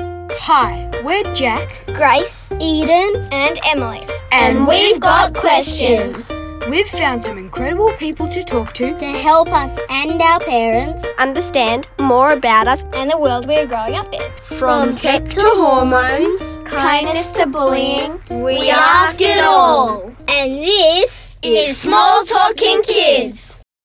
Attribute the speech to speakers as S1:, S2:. S1: Hi, we're Jack,
S2: Grace, Eden, and Emily. And we've got questions.
S1: We've found some incredible people to talk to.
S2: To help us and our parents
S3: understand more about us
S2: and the world we're growing up in.
S4: From tech to hormones,
S5: kindness to bullying,
S6: we ask it all.
S2: And this
S6: is Small Talking Kids.